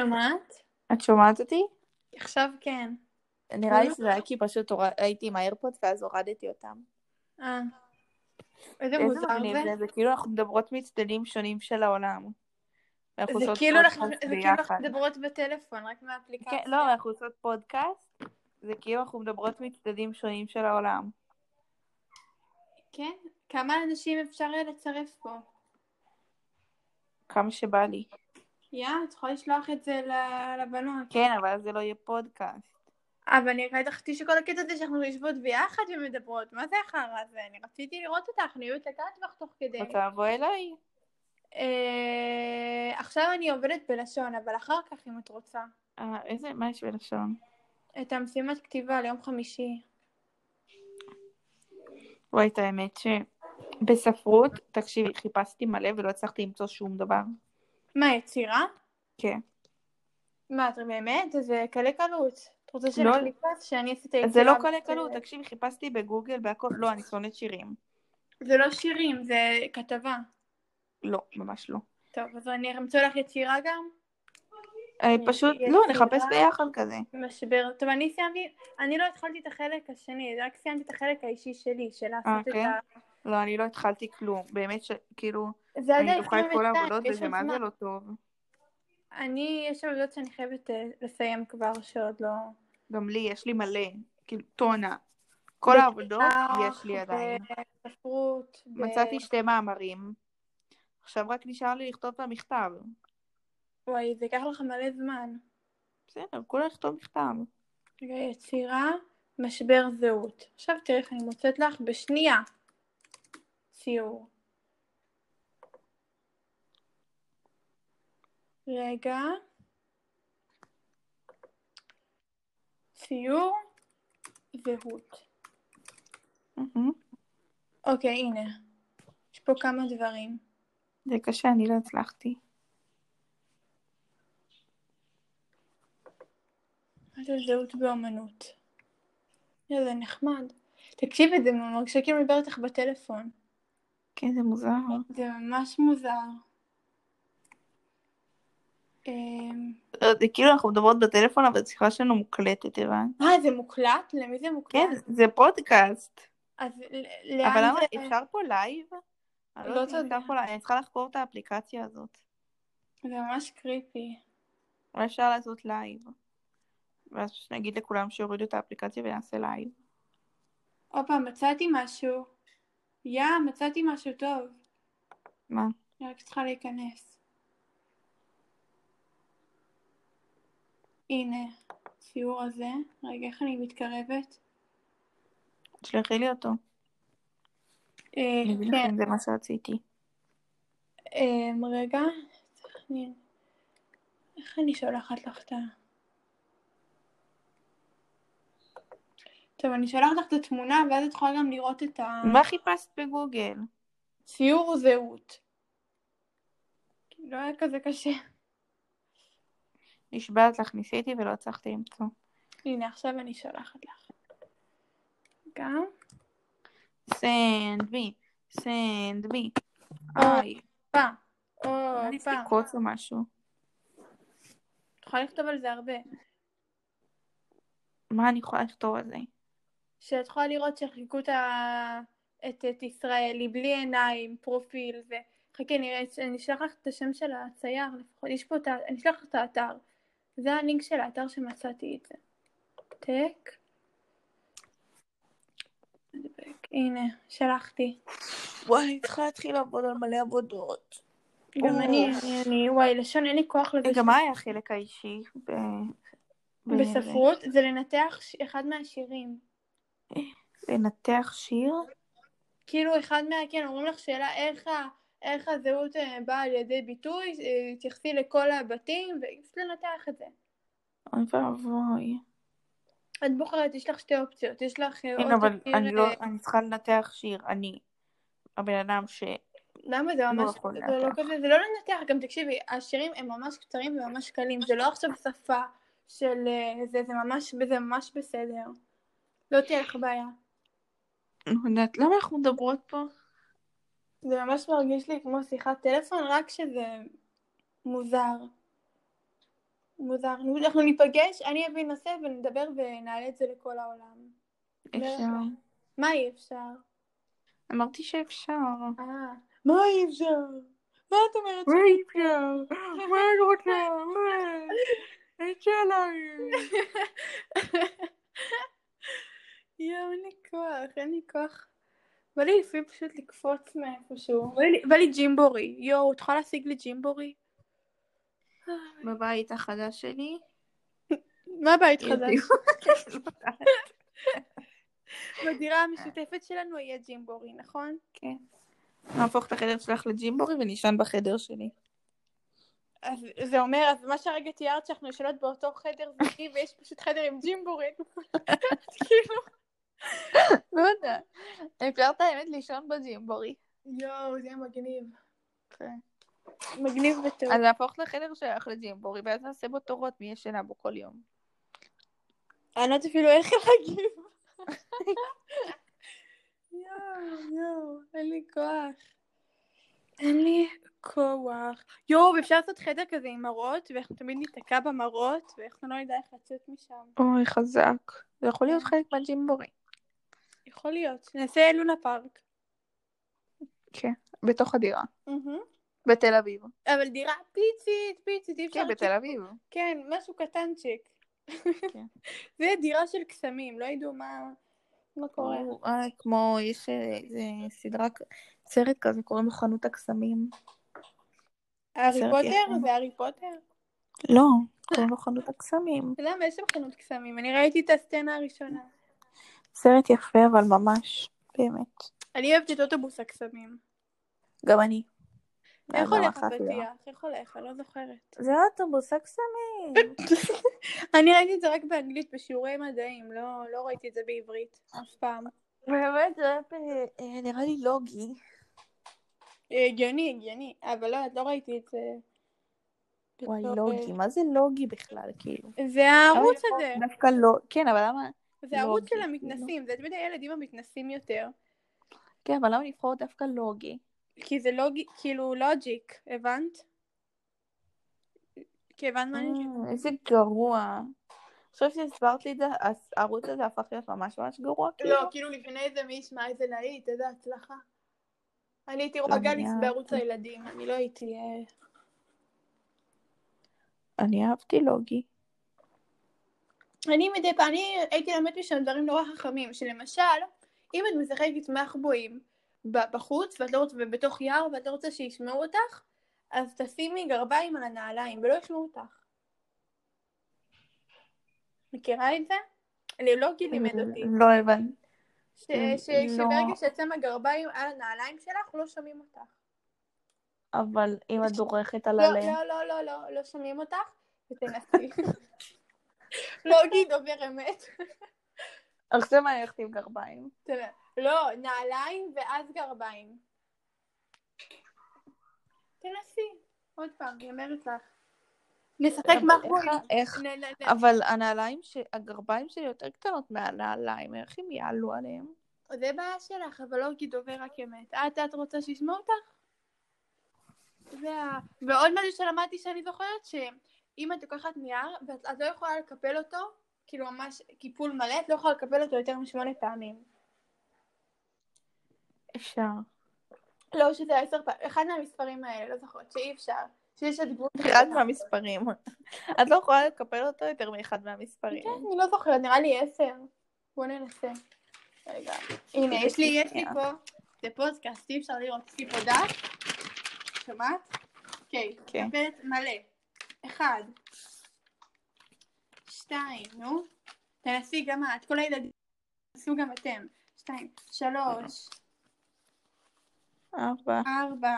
שומעת? את שומעת אותי? עכשיו כן. נראה לי שזה היה כי פשוט הור- הייתי עם האיירפוד ואז הורדתי אותם. אה. איזה איזה מוזר מגניב זה. זה, זה כאילו אנחנו מדברות מצדדים שונים של העולם. ואנחנו זה עושות כאילו אנחנו פודקאסט זה כאילו אנחנו ביחד. מדברות בטלפון, רק מהאפליקציה. כן, לא, אנחנו עושות פודקאסט, זה כאילו אנחנו מדברות מצדדים שונים של העולם. כן? כמה אנשים אפשר היה לצרף פה? כמה שבא לי. יא, את יכולה לשלוח את זה ל- לבנות. כן, אבל אז זה לא יהיה פודקאסט. אבל אני חשבתי שכל הקטע זה שאנחנו יושבות ביחד ומדברות. מה זה החרא הזה? אני רציתי לראות אותך, אני אוהבת לגעת בך תוך כדי. את תבוא אליי. אה, עכשיו אני עובדת בלשון, אבל אחר כך אם את רוצה. אה, איזה, מה יש בלשון? את המשימת כתיבה ליום חמישי. וואי, את האמת ש... בספרות, תקשיבי, חיפשתי מלא ולא הצלחתי למצוא שום דבר. מה, יצירה? כן. מה, את באמת? זה קלי קלות. את רוצה לא. שנחליף לך שאני עשיתי אז יצירה? זה לא ואת- קלה קלות, תקשיבי, חיפשתי בגוגל והכל, לא, אני שונאת שירים. זה לא שירים, זה כתבה. לא, ממש לא. טוב, אז אני אמצא לך יצירה גם? אה, פשוט, לא, נחפש ביחד כזה. משבר. טוב, אני סיימתי, אני לא התחלתי את החלק השני, רק סיימתי את החלק האישי שלי, של אה, לעשות את כן? ה... לא, אני לא התחלתי כלום. באמת שכאילו, זה עד אני דוחה את כל העבודות ה-22, יש וזה עוד מה זמן. זה לא טוב. אני, יש עבודות שאני חייבת אה, לסיים כבר, שעוד לא... גם לי, יש לי מלא, כאילו, טונה. כל העבודות לא, יש לי עדיין. בספרות, אה, ב- מצאתי שתי מאמרים. עכשיו רק נשאר לי לכתוב את המכתב. וואי, זה ייקח לך מלא זמן. בסדר, כולה לכתוב מכתב. ויצירה, משבר זהות. עכשיו תראי איך אני מוצאת לך בשנייה ציור. רגע. ציור, זהות. מהמם. אוקיי, הנה. יש פה כמה דברים. זה קשה, אני לא הצלחתי. מה זה זהות באמנות? אה, זה נחמד. תקשיבי, זה מרגישה כאילו אני מדברת איתך בטלפון. כן, זה מוזר. זה ממש מוזר. אמ, זה כאילו אנחנו מדברות בטלפון, אבל השיחה שלנו מוקלטת, הבנת? אה, זה מוקלט? למי זה מוקלט? כן, זה פודקאסט. אז ל- לאן אבל למה, זה... אפשר פה לייב? אני כן, לא לא יודעת אם יודע. אפשר פה לייב, אני צריכה לחקור את האפליקציה הזאת. זה ממש קריפי. אולי אפשר לעשות לייב. ואז פשוט נגיד לכולם שיורידו את האפליקציה ונעשה לייב. הופה, מצאתי משהו. יא, מצאתי משהו טוב. מה? אני רק צריכה להיכנס. הנה, ציור הזה. רגע, איך אני מתקרבת? תשלחי לי אותו. אה, אני אגיד לך כן, אם זה מה שרציתי. אמ, רגע. צריך לי- איך אני שולחת לך את ה... טוב, אני שולחת לך את התמונה, ואז את יכולה גם לראות את ה... מה חיפשת בגוגל? ציור זהות. כי לא היה כזה קשה. נשבעת לך, ניסיתי ולא הצלחתי למצוא. הנה, עכשיו אני שולחת לך. גם. סנד בי, סנד בי. איי, הופה. נראה לי הופה. קוץ או משהו. את יכולה לכתוב על זה הרבה. מה אני יכולה לכתוב על זה? שאת יכולה לראות שחיקו את ה- את את ישראלי בלי עיניים, פרופיל ו... חכי, נראה, אני אשלח לך את השם של הצייר לפחות. יש פה את ה... אני אשלח לך את האתר. זה הלינק של האתר שמצאתי את זה. טק. נדבק. הנה, שלחתי. וואי, אני צריכה להתחיל לעבוד על מלא עבודות. גם אוף. אני, אני, אני, וואי, לשון, אין לי כוח לזה. רגע, מה היה החלק האישי? ב... ב- בספרות זה לנתח ש- אחד מהשירים. לנתח שיר? כאילו אחד מה... כן, אומרים לך שאלה איך, ה... איך הזהות אה, באה על ידי ביטוי, אה, תתייחסי לכל הבתים, ופשוט לנתח את זה. אוי ואבוי. את בוחרת, יש לך שתי אופציות, יש לך אה, כן, או אבל תשאיר, אני לא, אה, אני צריכה לנתח שיר, אני. הבן אדם ש... למה זה ממש, יכול זה לא לנתח. כזה, זה לא לנתח, גם תקשיבי, השירים הם ממש קצרים וממש קלים, זה לא עכשיו שפה של אה, זה, זה ממש, זה ממש בסדר. לא תהיה לך בעיה. אני לא יודעת, למה אנחנו מדברות פה? זה ממש מרגיש לי כמו שיחת טלפון, רק שזה מוזר. מוזר. אנחנו ניפגש, אני אביא נושא ונדבר ונעלה את זה לכל העולם. אפשר. מה אי אפשר? אמרתי שאפשר. אה, מה אי אפשר? מה את אומרת? אפשר? לא. מה את רוצה? אפשר יואו, אין לי כוח, אין לי כוח. בא לי לפעמים פשוט לקפוץ מאיפשהו. בא לי- בא לי ג'ימבורי. יואו, את יכולה להשיג לי ג'ימבורי? בבית החדש שלי. מה הבית חדש? יביאו- בדירה המשותפת שלנו יהיה ג'ימבורי, נכון? כן. נהפוך את החדר שלך לג'ימבורי ונישן בחדר שלי. אז זה אומר, אז מה שהרגע תיארת שאנחנו ישנות באותו חדר זוגי ויש פשוט חדר עם ג'ימבורי. כאילו, לא יודע. אפשר את האמת לישון בג'ימבורי. יואו, זה יהיה מגניב. כן. מגניב וטוב. אז נהפוך לחדר שלך לג'ימבורי, ואז נעשה בו תורות מי ישנה בו כל יום. אני לא יודעת אפילו איך להגיב. יואו, יואו, אין לי כוח. אין לי כוח. יואו, אפשר לעשות חדר כזה עם מראות, ואנחנו תמיד ניתקע במראות, ואנחנו לא נדע איך לצאת משם. אוי, חזק. זה יכול להיות חלק מהג'ימבורי. יכול להיות. נעשה לונה פארק. בתוך הדירה. בתל אביב. אבל דירה פיצית, פיצית, אי אפשר... כן, בתל אביב. כן, משהו קטנצ'יק. כן. זה יהיה דירה של קסמים, לא ידעו מה... מה קורה. אה, כמו, יש אה, איזה סדרה, כ- סרט כזה, קוראים לו חנות הקסמים. הארי סרט פוטר? יפה. זה הארי פוטר? לא, קוראים לו חנות הקסמים. למה יש שם חנות קסמים? אני ראיתי את הסצנה הראשונה. סרט יפה, אבל ממש, באמת. אני אוהבת את אוטובוס הקסמים. גם אני. איך לא הולך אחת לא. הפתיח? איך הולך? אני לא זוכרת. זה אוטובוס הקסמים. אני ראיתי את זה רק באנגלית בשיעורי מדעים, לא, לא ראיתי את זה בעברית אף פעם. באמת, זה היה פ- אה, נראה לי לוגי. אה, הגיוני, הגיוני, אבל לא, לא ראיתי את זה. וואי, לא בתור, לוגי. מה זה לוגי בכלל, כאילו? אה, זה הערוץ הזה, דווקא לא. כן, אבל למה... זה הערוץ לוגי, של לא. המתנסים, זה תמיד הילדים המתנסים יותר. כן, אבל למה לבחור דווקא לוגי? כי זה לוגי, כאילו לוג'יק, הבנת? כי הבנת מה אני אומרת? אה, איזה גרוע. עכשיו שהסברת לי את זה, אז הערוץ הזה הפך להיות ממש ממש גרוע. כאילו. לא, כאילו לפני זה מי ישמע איזה להיט, איזה הצלחה. אני הייתי רואה לא, גליס אני בערוץ אהבתי. הילדים, אני לא הייתי... אה, אני אהבתי לוגי. אני מדי פעם, אני הייתי לומדת משם דברים נורא חכמים, שלמשל, אם את משחקת מחבואים ב- בחוץ, ואת לא רוצה, ובתוך יער, ואת לא רוצה שישמעו אותך, אז תשימי גרביים על הנעליים, ולא ישמעו אותך. מכירה את זה? אני לא גיל לימד אותי. לא הבנתי. ש- ש- לא. שברגע שאת שמה גרביים על הנעליים שלך, לא שומעים אותך. אבל אם את דורכת על לא, הלב. לא, לא, לא, לא, לא שומעים אותך, ותנסי. לא אגיד דובר אמת. עכשיו אני הולכת עם גרביים. תראה, לא, נעליים ואז גרביים. תנסי, עוד פעם, אני אומרת לך. נשחק מחבואים. איך- איך? נ- נ- נ- אבל הנעליים, ש- הגרביים שלי יותר קטנות מהנעליים, איך הם יעלו עליהם? זה בעיה שלך, אבל לא כי דובר רק אמת. את, את רוצה שישמעו אותך? זה ה... ועוד משהו שלמדתי שאני זוכרת, שאם את לוקחת נייר, ואת את לא יכולה לקפל אותו, כאילו ממש קיפול מלא, את לא יכולה לקפל אותו יותר משמונה פעמים. אפשר. לא, שזה עשר פעמים, אחד מהמספרים האלה, לא זוכרת, שאי אפשר. שיש את גבול... אחד מהמספרים. את לא יכולה לקפל אותו יותר מאחד מהמספרים. כן, אני לא זוכרת, נראה לי עשר. בוא ננסה. רגע. הנה, יש לי, יש לי פה, זה פודקאסט, אי אפשר לראות, יש לי פה דף. שומעת? אוקיי, כן. קפלת מלא. אחד. שתיים, נו. תנסי גם את, כל הילדים, תנסו גם אתם. שתיים, שלוש, ארבע, ארבע.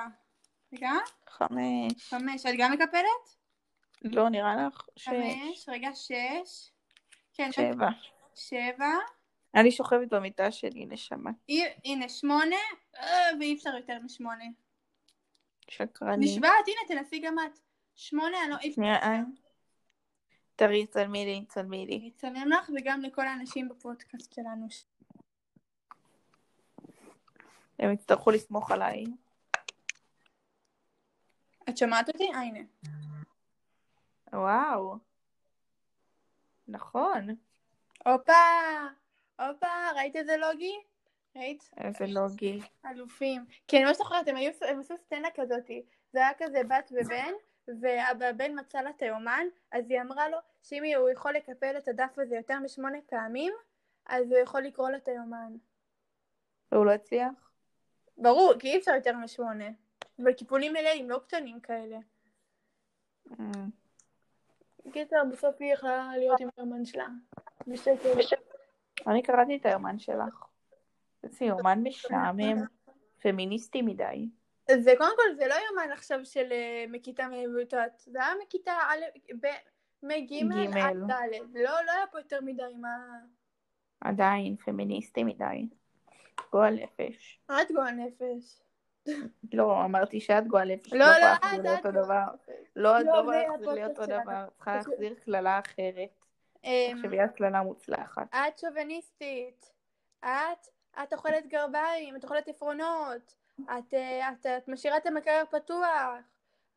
רגע, חמש. חמש. את גם מקפלת? לא, נראה לך? שש, חמש, רגע, שש. כן, שבע. שבע. אני שוכבת במיטה שלי, נשמה. אי- הנה, שמונה, אה, ואי אפשר יותר משמונה. שקרנית. נשבעת, הנה, תנסי גם את. שמונה, אני לא... אי אפשר. שנייה, אה. תראי, צלמי לי, צלמי לי. אני אצלם לך וגם לכל האנשים בפודקאסט שלנו. הם יצטרכו לסמוך עליי. את שומעת אותי? אה, הנה. וואו. נכון. הופה, הופה, ראית איזה לוגי? ראית? איזה לוגי. אלופים. כי אני ממש זוכרת, הם, היו, הם עשו סצנה כזאת, זה היה כזה בת ובן, והבן מצא לה את היומן, אז היא אמרה לו שאם הוא יכול לקפל את הדף הזה יותר משמונה פעמים, אז הוא יכול לקרוא לו את היומן. והוא לא הצליח? ברור, כי אי אפשר יותר משמונה. אבל קיפולים מלאים, לא קטנים כאלה. Mm. אה, בקיצר, בסוף היא יכלה להיות עם היומן שלה. בשקט. אני קראתי את היומן שלך. זה יומן משעמם, פמיניסטי מדי. זה קודם כל, זה לא יומן עכשיו של אה, מכיתה מבוטות, זה היה מכיתה א', ב', מג' עד ג'. ד', לא, לא היה פה יותר מדי מה... עדיין פמיניסטי מדי. גועל נפש. את גועל נפש. לא, אמרתי שאת גועל נפש. לא, את יכולה לא, את, להחזיר לי את אותו גועל דבר. נפש. לא, את לא, לא בלי יכולה להחזיר לי הפודקאסט אותו שלנו. דבר. את צריכה פשוט- להחזיר קללה אחרת. אמ, תחשבי על קללה מוצלחת. את שוביניסטית. את, את אוכלת גרביים, את אוכלת עפרונות. את, אה, את, את משאירה את המקרר פתוח.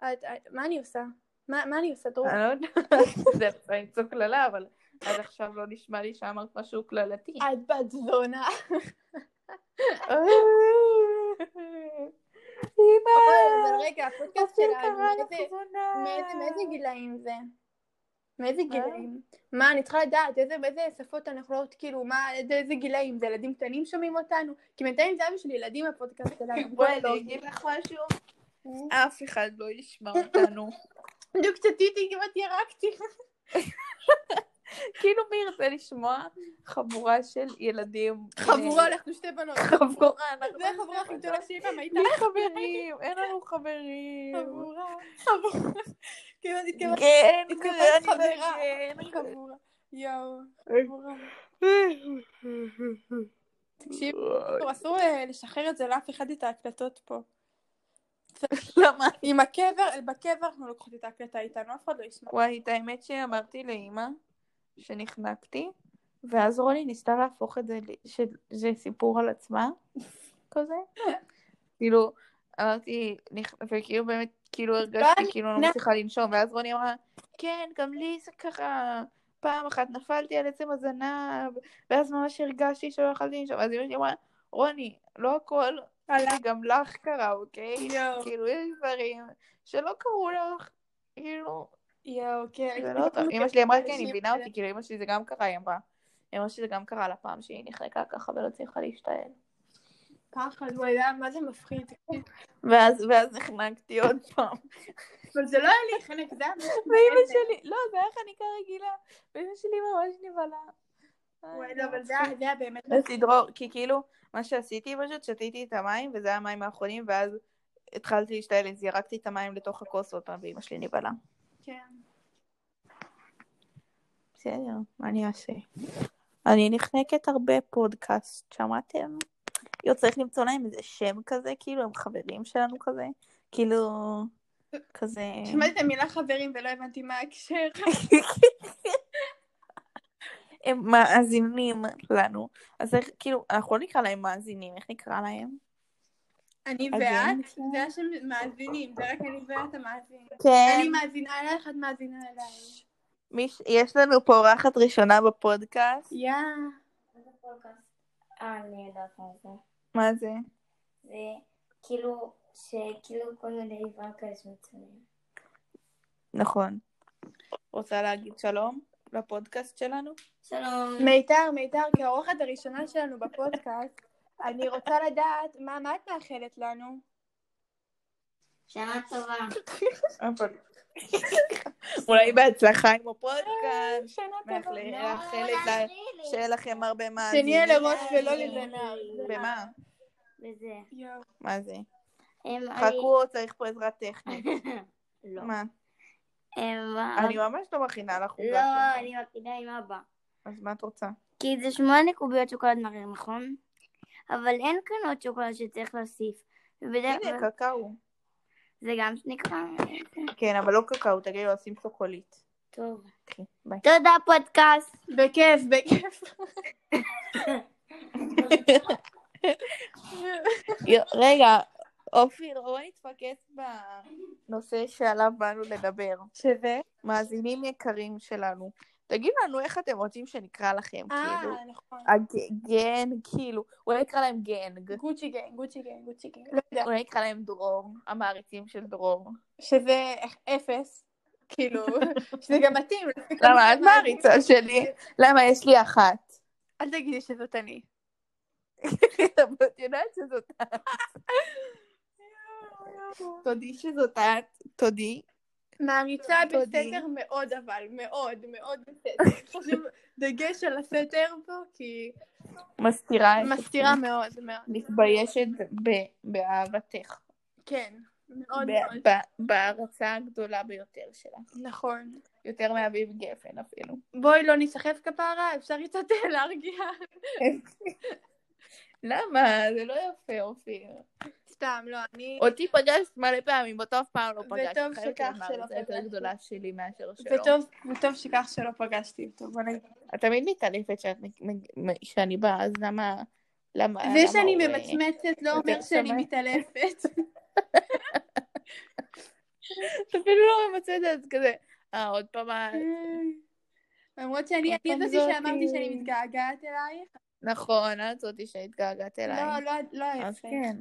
את, את, מה אני עושה? מה, מה אני עושה? דרור? אני לא יודעת, זה אפשר למצוא קללה, אבל עד עכשיו לא נשמע לי שאמרת משהו קללתי. את בת זונה. אה. אבל רגע, הפודקאסט שלנו, איזה... מאיזה, מאיזה גילאים זה? מאיזה גילאים? מה, אני צריכה לדעת איזה, באיזה שפות אנחנו לא, כאילו, מה, איזה, איזה גילאים? זה ילדים קטנים שומעים אותנו? כי בינתיים זה היה בשביל ילדים הפודקאסט שלנו. בואי אני אגיד לך משהו, אף אחד לא ישמע אותנו. בדיוק צטיתי, כמעט ירקתי. כאילו מי ירצה לשמוע חבורה של ילדים. אה, חבורה, אנחנו שתי בנות. חבורה, אנחנו זה החבורה הכי גדולה שאי פעם הייתה. בלי חברים, אין לנו חברים. חבורה. חבורה. כמעט התכוונת כן, התכוונת אני חברה. כן. חבורה. יואו, חבורה. תקשיב, טוב, אסור אה, לשחרר את זה לאף אחד את ההקלטות פה. למה? עם הקבר, בקבר אנחנו לוקחות את ההקלטה איתנו, אף אחד לא ישמע. וואי, את האמת שאמרתי לאימא שנחנקתי, ואז רוני ניסתה להפוך את זה ל- שזה סיפור על עצמה, כזה. כאילו, אמרתי, נכ- וכאילו באמת, כאילו הרגשתי אני כאילו אני מבינה. לא מצליחה לנשום, ואז רוני אמרה, כן, גם לי זה ככה, פעם אחת נפלתי על עצם הזנב, ואז ממש הרגשתי שלא יכולתי לנשום, אז אמא שלי אמרה, רוני, לא הכל, הלאה. גם לך קרה, אוקיי? יואו. כאילו, יש דברים שלא קרו לך, כאילו... יואו, כן. זה לא טוב. אמא שלי אמרה, כן, היא מבינה אותי, כאילו אמא שלי זה גם קרה, היא אמרה. היא אמרה שזה גם קרה לפעם שהיא נחלקה ככה ולא צריכה להשתעל. פחד, וואי, זה היה- מה זה מפחיד. תקשיב. ואז, ואז נחנקתי עוד פעם. אבל זה לא היה לי חנק, זה היה משהו ואימא מעבר. שלי, לא, זה היה חניקה רגילה. ואימא שלי ממש נבהלה. וואי, לא, אבל זה היה- זה היה באמת... רציתי לדרור, כי כאילו, מה שעשיתי פשוט, שתיתי את המים, וזה היה המים האחרונים, ואז התחלתי להשתעל, אז ירקתי את המים לתוך הכוס עוד פעם, ואימא שלי נבהלה. כן. בסדר, מה אני אעשה? אני נחנקת הרבה פודקאסט, שמעתם? יו, צריך למצוא להם איזה שם כזה, כאילו, הם חברים שלנו כזה, כאילו, כזה... שמעתי את המילה חברים ולא הבנתי מה ההקשר. הם מאזינים לנו, אז איך, כאילו, אנחנו לא נקרא להם מאזינים, איך נקרא להם? אני אז ואת, אין. זה היה של מאזינים, זה רק אני ואת המאזינים. כן. אני מאזינה אלייך, את מאזינה אליי. מיש... יש לנו פה אורחת ראשונה בפודקאסט. יא. איזה פודקאסט? אה, אני יודעת מה זה. מה זה? זה כאילו, שכאילו כל מיני דברים כאלה שמצלמים. נכון. רוצה להגיד שלום לפודקאסט שלנו? שלום. מיתר, מיתר, כאורחת הראשונה שלנו בפודקאסט, אני רוצה לדעת מה מה את מאחלת לנו. שנה טובה. אבל... אולי בהצלחה עם הפודקאסט. שנה מאחל- לא, טובה. מאחלת לה- אה, שיהיה לכם הרבה מאזינים. שנהיה לראש ולא מאזינים. לזנב. במה? וזה. יואו. מה זה? הם- חכו, צריך פה עזרה טכנית. אני- אה, לא. אה. מה? הם- אני ממש לא מכינה לך עוגה לא, שלך. אני מקפידה עם אבא. אז מה את רוצה? כי זה שמונה קוביות שוקולד מריר, נכון? אבל אין כאן עוד שוקולד שצריך להוסיף. ובדרך כלל הנה, קקאו. זה גם נקרא... כן, אבל לא קקאו, תגידי לו, שים שוקולית. טוב. קחי, ביי. תודה פודקאסט. בכיף, בכיף. יו- רגע, אופיר, בוא נתפקס בנושא שעליו באנו לדבר. שווה. מאזינים יקרים שלנו, תגידו לנו איך אתם רוצים שנקרא לכם, כאילו. אה, נכון. הגן, כאילו. אולי נקרא להם גנג. גוצ'י גנג, גוצ'י גנג, גוצ'י גנג. לא יודע. אולי נקרא להם דרור, המעריצים של דרור. שזה אפס. כאילו, שזה גם מתאים. למה את מעריצה שלי? למה יש לי אחת? אל תגידי שזאת אני. אבל את יודעת שזאת את. תודי שזאת את. תודי. מעריצה תודי. בסתר מאוד אבל, מאוד, מאוד בסתר. חשוב דגש על הסתר פה, כי מסתירה. את מסתירה עצמי. מאוד מאוד. מתביישת ב- באהבתך. כן, מאוד ב- מאוד. ב- בהערצה הגדולה ביותר שלך. נכון. יותר מאביב גפן אפילו. בואי לא נסחף כפרה, אפשר קצת להרגיע. למה? זה לא יפה, אופיר. סתם, לא, אני... אותי פגשת מלא פעמים, אותו אף פעם לא פגשת. וטוב חלק שכך מהארץ שלא היותר פגשתי. גדולה שלי מאשר שלו. וטוב, וטוב שכך שלא פגשתי אותו, בוא נגיד. את תמיד מתעלפת שאת מג- מג- מג- שאני באה, אז למה... למה... זה למה שאני הוא, אה, ממצמצת לא יותר אומר שאני שמח. מתעלפת. את אפילו לא ממצאת את זה כזה. אה, עוד פעם... ה- למרות שאני עוד אני פעם זאתי זאתי. שאמרתי שאני כאילו- מתגעגעת אלייך. נכון, את זאתי שהתגעגעת אליי. לא, לא, לא אז יפה. כן.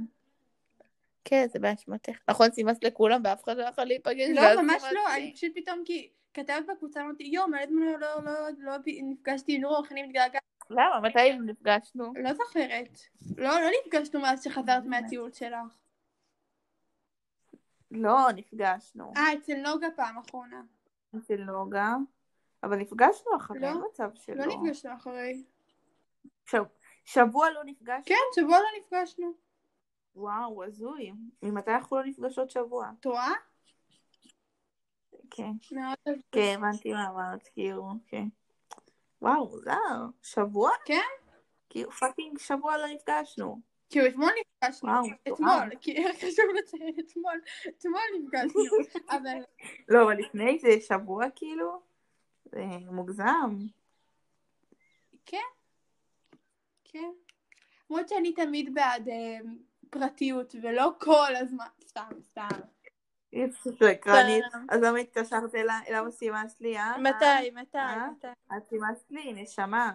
כן, זה באשמתך. נכון, סימסת לכולם ואף אחד לא יכול להיפגש. ואז לא, ממש סימסת לא, לי. אני פשוט פתאום כי כתבת בקבוצה, אמרתי, יואו, מלא זמן לא- לא- לא- לא ב- נפגשתי עם דרור, איך אני מתגעגעת? למה? מתי נפגשנו? לא זוכרת. לא, לא נפגשנו מאז שחזרת אה, מהטיול שלך. לא נפגשנו. אה, אצל נוגה פעם אחרונה. אצל נוגה. אבל נפגשנו אחרי לא. המצב שלו. לא נפגשנו אחרי. שב- שבוע לא נפגשנו? כן, שבוע לא נפגשנו. וואו, הזוי. ממתי אנחנו לא נפגשות שבוע? את רואה? כן. מאוד כן, הבנתי מה אמרת, כאילו, כן. וואו, מוזר. שבוע? כן. כאילו, פאקינג שבוע לא נפגשנו. כאילו אתמול נפגשנו, וואו, אתמול, כי חשוב לציין, אתמול, אתמול נפגשנו, אבל לא, אבל לפני זה שבוע, כאילו? זה מוגזם. כן. למרות שאני תמיד בעד אה, פרטיות, ולא כל הזמן, סתם, סתם. היא פשוט לקרנית. אז למה התקשרת אליי? למה סימסת לי, אה? מתי, מתי, אה? מתי? את סימסת לי, נשמה.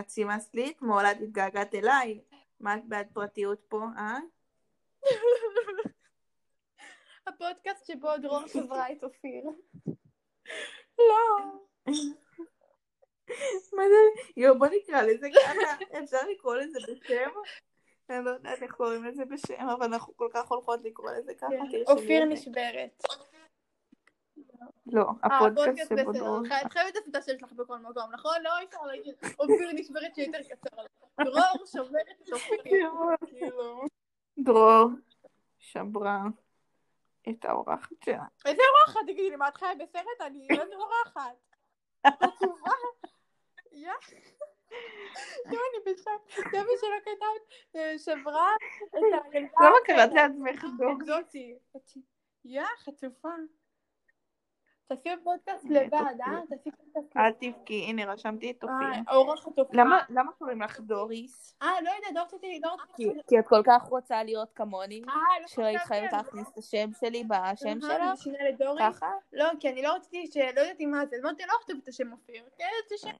את סימסת לי אתמול, את התגעגעת אליי. מה את בעד פרטיות פה, אה? הפודקאסט שבו דרור שברה את אופיר. לא. מה זה? יואו, בוא נקרא לזה ככה. אפשר לקרוא לזה בשם? אני לא יודעת איך קוראים לזה בשם, אבל אנחנו כל כך הולכות לקרוא לזה ככה. כן, תרשמי אופיר את זה. נשברת. לא, אה, הפודקאסט שבו בסדר, דרור. את חייבת לעשות את השם שלך בכל מקום, נכון? לא אי אפשר להגיד, אופיר נשברת שיותר קצר. דרור שוברת את כן. אופיר. כאילו. דרור שברה את האורחת שלה. איזה אורחת? תגידי לי, מה את חיה בסרט? אני לא איזה אורחת. התשובה? יא, יואו, אני בשם. דבי שלא כתבת, אה, שברה לא את הילדה. למה קראת לעצמך דור? זאתי. יא, חצופה. תעשי פודקאסט לבד, אה? תעשי פודקאסט אל תבכי, הנה רשמתי את אופיר. לבד. אורחת אופיר. למה למה קוראים לך דוריס? אה, לא יודעת, דור רציתי לדור. כי- כי את כל כך רוצה להיות כמוני, אה, לא שהיית חשבתי חייבת על להכניס את השם שלי בשם זה. אה, אני שלך? משנה לדורי. ככה? לא, כי אני לא רציתי, ש- לא ידעתי מה זה. אז אמרתי, לא כתוב את השם אופיר. כן, זה שם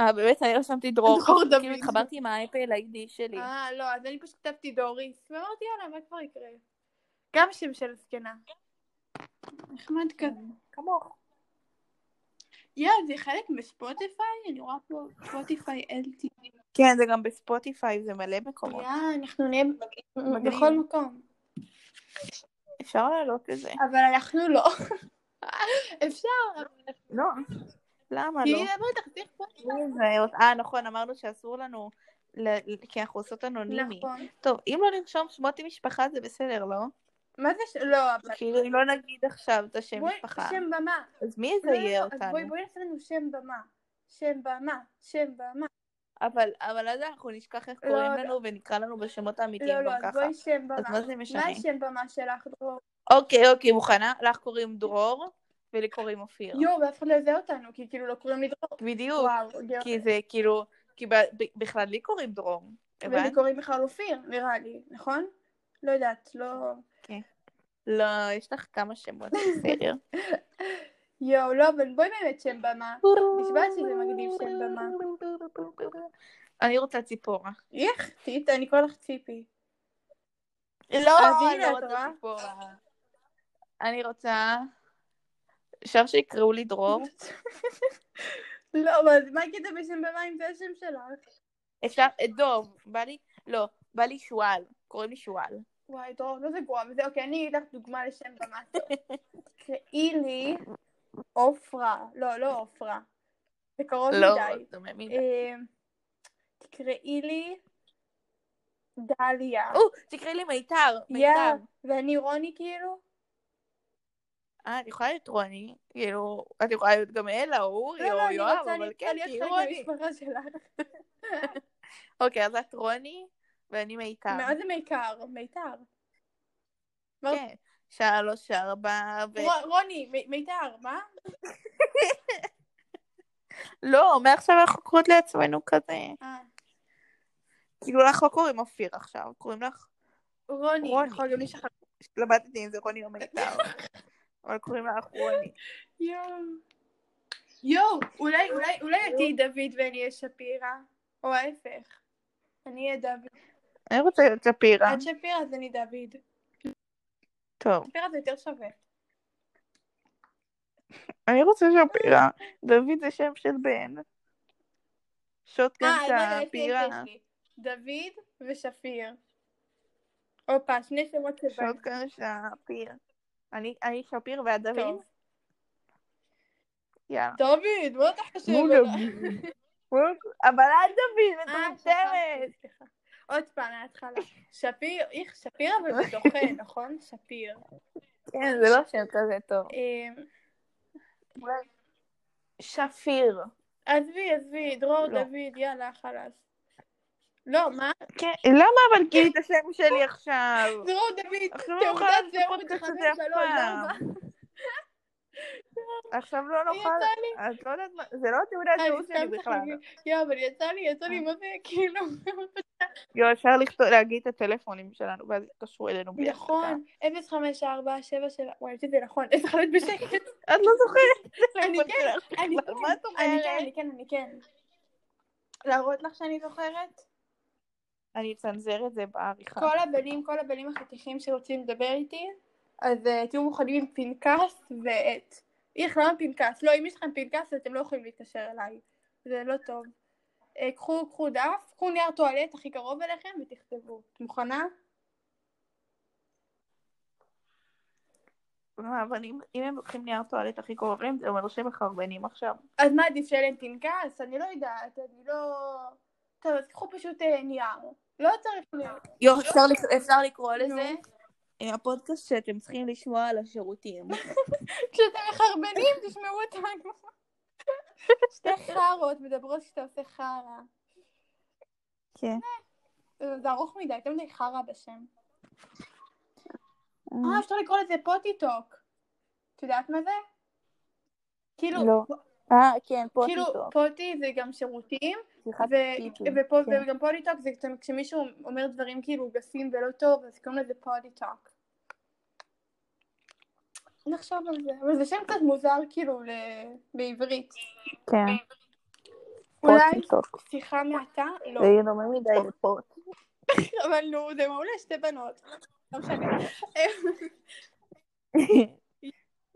אה, באמת, אני רשמתי דרור. דרור דוד. כאילו התחברתי עם האייפל ה-ID שלי. אה, לא, אז אני פשוט כתבתי דוריס, ואמרתי, יאללה, מה כבר יקרה? גם שם של זקנה. נחמד כזה. כמוך. יואו, זה חלק מספוטיפיי? אני רואה פה ספוטיפיי אלטי. כן, זה גם בספוטיפיי, זה מלא מקומות. יואו, אנחנו נהיה מגניב. בכל מקום. אפשר להעלות את זה. אבל אנחנו לא. אפשר, אבל אנחנו... לא. למה כי לא? למה תחזיר פה? זה- אה, נכון, אמרנו שאסור לנו, ל- כי אנחנו עושות אנונימי. נכון. טוב, אם לא נרשום שמות עם משפחה זה בסדר, לא? מה זה ש... לא, אבל... כאילו, אם לא נגיד עכשיו את השם בואי, משפחה, שם במה. אז מי זה לא, לא, יהיה לא, אז בואי, אותנו? בואי נעשה לנו שם במה. שם במה. שם במה. אבל אבל אז אנחנו נשכח איך לא, קוראים לא. לנו ונקרא לנו בשמות האמיתיים לא, לא, גם אז ככה. בואי שם במה. אז מה זה מה משנה? השם במה שלך, דרור? אוקיי, אוקיי, מוכנה? לך קוראים דרור ולי קוראים אופיר. יואו, ואף אחד לא יזהה אותנו, כי כאילו לא קוראים לי דרור. בדיוק, וואו, גאו. כי זה כאילו, כי ב- ב- בכלל לי קוראים דרור, ולי הבנת? קוראים בכלל אופיר, נראה לי, נכון? לא יודעת, לא... לא, יש לך כמה שמות, בסדר. יואו, לא, אבל בואי באמת שם במה. נשבעת שזה מגניב שם במה. אני רוצה ציפורה. איך, טיט, אני קורא לך ציפי. לא, אז אני הנה, לא את רוצה רואה? ציפורה. אני רוצה... אפשר שיקראו לי דרור? לא, אבל אז מה הקטע בשם במה אם זה השם שלך? אפשר... דוב, בא לי... לא, בא לי שועל. קוראים לי שועל. וואי, דרור, לא זה גרוע וזה, אוקיי, אני אגיד לך דוגמה לשם במה. תקראי לי עופרה. לא, לא עופרה. זה קרוב לא, מדי. דומה מדי. אה, תקראי לי דליה. או, תקראי לי מיתר. מיתר. יא, ואני רוני כאילו? אה, את יכולה להיות רוני, כאילו, את יכולה להיות גם אלה, או אורי, לא, או לא, אני יואב, רוצה, אני אבל רוצה כן, להיות תהיי חלק רוני. מהמשפחה שלך. אוקיי, אז את רוני, ואני מיתר. מה זה מיתר? מיתר. מאוד- כן. שלוש, ארבע, ו... ר- רוני, מ- מיתר, מה? לא, מעכשיו אנחנו קוראות לעצמנו כזה. אה, כאילו, אנחנו לא קוראים אופיר עכשיו, קוראים לך... רוני. רוני. יכול גם להישחק. התלבטתי אם זה רוני או מיתר. אבל קוראים לך רוני. יואו. יואו, אולי, אולי, אולי את תהיי דוד ואני אהיה שפירא, או ההפך. אני אהיה דוד. אני רוצה להיות שפירא. את שפירא אז אני דוד. טוב, שפירא זה יותר שווה. אני רוצה שפירא. דוד זה שם של בן. אה, שוטגן רגע, יש לי, יש שפירא. לי, יש לי. דוד ושפיר. הופה, שני שמות שבא. שוטגן שפיר. אני אני שפיר ואת דוד? טוב. יאללה. דוד, מה אתה חושב? נו, עליי? דוד. אבל את דוד, אה, מטומטמת. שכחתי, סליחה. עוד פעם, מההתחלה. שפיר, איך, שפיר אבל זה דוחה, נכון? שפיר. כן, זה לא שם כזה טוב. אמ, שפיר. עזבי, עזבי, דרור לא. דוד, יאללה, חלאס. לא, מה? כן, למה אבל גילי את השם שלי עכשיו? דרור דוד, עכשיו לא נוכל תעודת לעשות זהות פודקאסט חמש, הזה אף שלוש, פעם. ארבע. עכשיו לא יצא נוכל... לי, את לא יודעת מה... זה לא תעודת אני זהות סתם שלי בכלל. אה. צוחקת. יואו, אבל יצא לי, יצא לי, מה זה, כאילו, יואו, אפשר לכתוב- להגיד את הטלפונים שלנו, ואז יתקשרו אלינו ביחד. נכון, 054, 77, וואי, זה נכון, איזה חלק בשקט. את לא זוכרת את אני הטלפון כן, שלך. אני בכלל, מה את אני כן, אומרת? אני כן, אני כן. להראות לך שאני זוכרת? אני אצנזר את זה בעריכה. כל הבנים, כל הבנים החתיכים שרוצים לדבר איתי, אז אה, תהיו מוכנים עם פנקס ועט. איך, למה פנקס? לא, אם יש לכם פנקס, אתם לא יכולים להתקשר אליי. זה לא טוב. אה, קחו, קחו דף, קחו נייר טואלט הכי קרוב אליכם ותכתבו. את מוכנה? מה, אבל אם אם הם לוקחים נייר טואלט הכי קרוב להם, זה אומר שהם מחרבנים עכשיו. אז מה עדיף שיהיה להם פנקס? אני לא יודעת, אני לא... טוב, אז קחו פשוט אה, נייר. לא צריך נייר. יואו, אפשר לקרוא לזה? אה, הפודקאסט שאתם צריכים לשמוע על השירותים. כשאתם מחרבנים, תשמעו אותנו. שתי חארות מדברות כשאתה עושה חרא. כן. זה ארוך מדי, יותר מדי חרא בשם. Mm. אה, אפשר לקרוא לזה פוטי-טוק. את יודעת מה זה? כאילו, לא, אה, כן, פה כאילו טיטוק. פוטי זה גם שירותים, שיחת ו- טיטי. ופה- כן. וגם פוטי-טוק זה כשאתם- כשמישהו אומר דברים כאילו גסים ולא טוב, אז קוראים לזה פוטי-טוק. נחשוב על זה, אבל זה שם קצת מוזר כאילו ל- בעברית. כן, פה אולי טיטוק. שיחה מעטה? לא. זה יהיה דומה מדי לפה. אבל נו, זה מעולה שתי בנות. לא משנה. אה,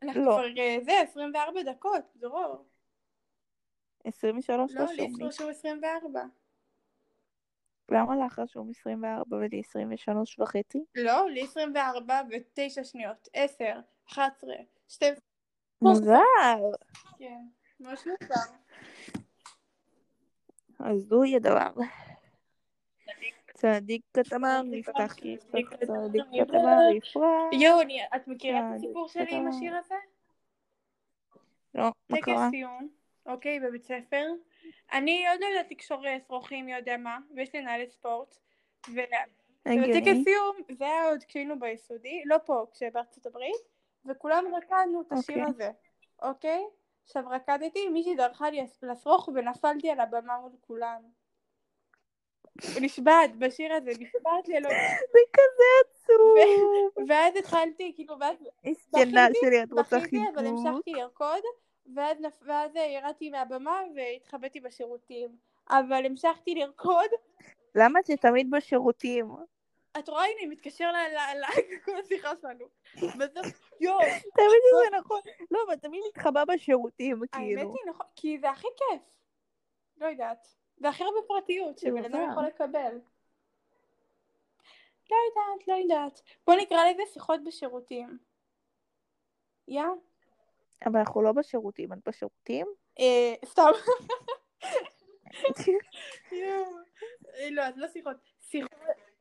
אנחנו לא. כבר אה, זה, 24 דקות, דרור. 23 לא, לי רשום לי. רשום 24. למה לך רשום 24 ולי 23 וחצי? לא, לי 24 ו-9 שניות. 10, 11, 12. מוזר. כן, ממש מוזר. הזוי הדבר. צדיק קטמר נפתח כי יפתח צדיק קטמר יפרח. יואו, אני- את מכירה את אה, הסיפור זה שלי עם קרה. השיר הזה? לא, מה טקס קרה? סיום, אוקיי, בבית ספר. אני עוד לא יודעת לקשור שרוכים, מי יודע מה, ויש לי נעלי ספורט. ו- הגיוני. בטקס סיום, זה היה עוד כשהיינו ביסודי, לא פה, כשבארצות הברית, וכולם רקדנו את השיר אוקיי. הזה, אוקיי? עכשיו רקדתי, מישהי דרכה לי לסרוך ונפלתי על הבמה מול כולם. נשבעת בשיר הזה, נשבעת לי, לא... זה כזה עצוב. ואז התחלתי, כאילו, ואז זקנה שלי, את רוצה בכיתי, אבל חיבוק? המשכתי לרקוד, ואז, נפ... ואז אה, ירדתי מהבמה והתחבאתי בשירותים. אבל המשכתי לרקוד, למה זה תמיד בשירותים? את רואה, הנה, מתקשר ל- ל- ל- כל השיחה שלנו. בסוף, יואו, תמיד זה נכון. לא, אבל תמיד מתחבא בשירותים, האמת כאילו. היא נכון, כי זה הכי כיף. לא יודעת. זה הכי הרבה פרטיות שבן אדם יובל. יכול לקבל. לא יודעת, לא יודעת. בוא נקרא לזה שיחות בשירותים. יא? אבל אנחנו לא בשירותים, את בשירותים? אה, סתם. יואו. אה, לא, אז לא שיחות. שיחות.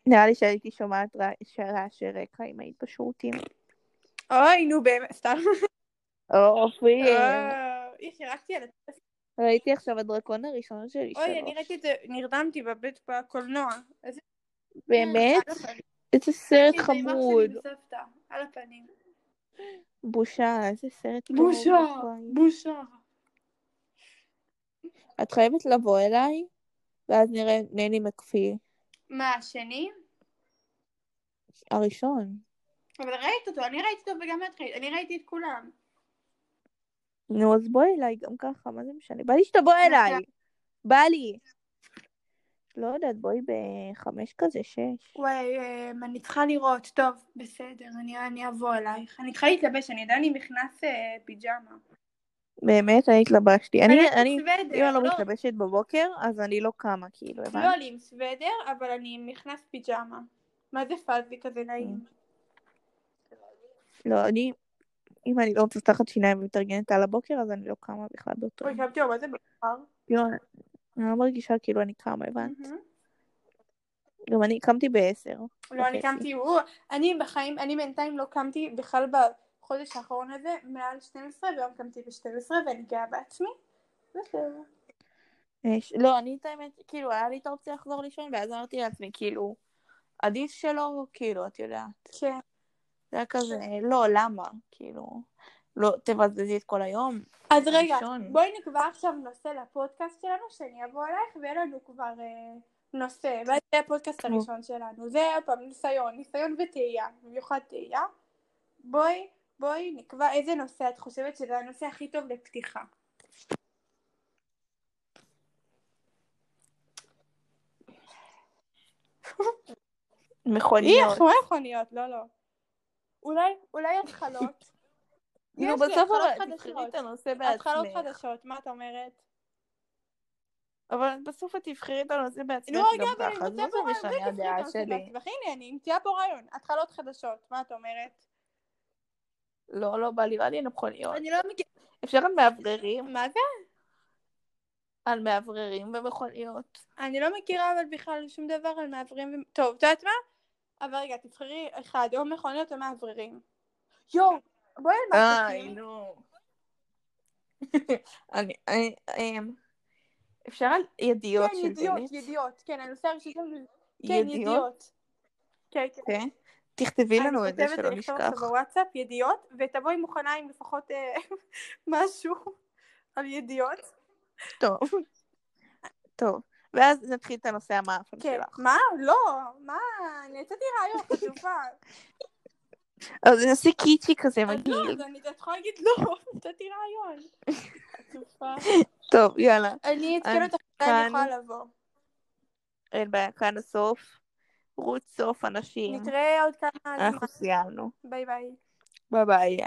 נראה לי שהייתי שומעת רע- רעשי רקע אם היית בשירותים. אוי, נו באמת, סתם. או, אה, אופיר. Ah. אוי, חירקתי על עצמי. ראיתי עכשיו הדרקון הראשון שלי שלוש. אוי, אני ראיתי את זה, נרדמתי בבית בקולנוע. איזה- באמת? על הפנים. כן, איזה סרט זה עם אח שלי חמוד. וסבתא, על הפנים. בושה, איזה סרט חמוד. בושה, נכון. בושה. את חייבת לבוא אליי, ואז נראה נני מקפיא. מה, השני? הראשון. אבל ראית אותו, אני ראיתי אותו וגם את ראית, אני ראיתי את כולם. נו, אז בואי אליי גם ככה, מה זה משנה? בא לי שתבוא אליי. בא לי. לא יודעת, בואי בחמש כזה, שש. וואי, אה, אני צריכה לראות, טוב, בסדר, אני, אני אבוא אלייך. אני צריכה להתלבש, אני עדיין עם מכנס אה, פיג'מה. באמת, אני התלבשתי. אני, אבל אני, עם סוודר, אם אני לא מתלבשת בבוקר, אז אני לא קמה, כאילו, לא, הבנת? אני עם סוודר, אבל אני עם מכנס פיג'מה. מה זה פאזי כזה נעים? לא, אני... אם אני לא רוצה תחת שיניים ומתארגנת על הבוקר, אז אני לא קמה בכלל באותו. אוי, קמתי לו, מה זה מאוחר? כאילו, אני לא מרגישה כאילו אני קמה, הבנת? מהמם. גם אני קמתי בעשר. לא, אני אוקיי. קמתי, הוא, אני בחיים, אני בינתיים לא קמתי בכלל בחודש האחרון הזה, מעל 12, והיום קמתי ב-12, ואני גאה בעצמי. בסדר. אה, ש- לא, אני את האמת, כאילו, היה לי את האופציה לחזור לישון, ואז אמרתי לעצמי, כאילו, עדיף שלא, כאילו, את יודעת. כן. זה היה כזה, לא, למה? כאילו, לא, תבזבזי את כל היום. אז רגע, לישון. בואי נקבע עכשיו נושא לפודקאסט שלנו, שאני אבוא אלייך, ויהיה לנו כבר אה, נושא. ואז זה הפודקאסט נו. הראשון שלנו. זה עוד פעם ניסיון, ניסיון וטעייה, במיוחד טעייה. בואי, בואי נקבע איזה נושא את חושבת שזה הנושא הכי טוב לפתיחה. מכוניות. איך, מה מכוניות? לא, לא. אולי, אולי התחלות. יש נו, לי בסוף התחלות אבל תבחרי חדשות. את הנושא התחלות בעצמך. חדשות, מה את אומרת? אבל בסוף את תבחרי את הנושא בעצמך נו, גם רגע, אבל אני ככה, אז רוצה מה זה פה רעיון, משנה בואי הדעה תבחרי את הנושא שלי? בעצמך. הנה, אני המציאה פה רעיון. התחלות חדשות, מה את אומרת? לא, לא בא לי, בא לי על מכוניות. אני לא מכירה. אפשר על מאווררים, מה זה? על מאווררים ומכוניות. אני לא מכירה אבל בכלל שום דבר על מאווררים ו... טוב, את יודעת מה? אבל רגע, תבחרי אחד, או מכוניות או מאווררים. יואו, בואי על איי, מאבטחים. נו. אני, אני, אמ, אפשר על ידיעות כן, של ידיעות, בנט? ידיעות. כן, הנושא הראשון שלנו... כן, ידיעות. כן, כן. כן. תכתבי אני לנו את זה כותבת, שלא אני אכתוב נשכח. עכשיו בוואטסאפ ידיעות, ותבואי מוכנה עם לפחות אה, משהו על ידיעות. טוב. טוב. ואז נתחיל את הנושא המאפן כן. שלך. מה? לא, מה? אני יצאתי רעיון חשובה. אז נעשה קיצ'י כזה אז לא, מגעיל. אז אני את יכולה להגיד לא, יצאתי רעיון. חצופה. לא. טוב, יאללה. אני אני אעדכן אותך מתי אני כאן. יכולה לבוא. אין בעיה, כאן הסוף. רות סוף אנשים. נתראה עוד כמה... אה. אנחנו סיימנו. ביי ביי. ביי ביי.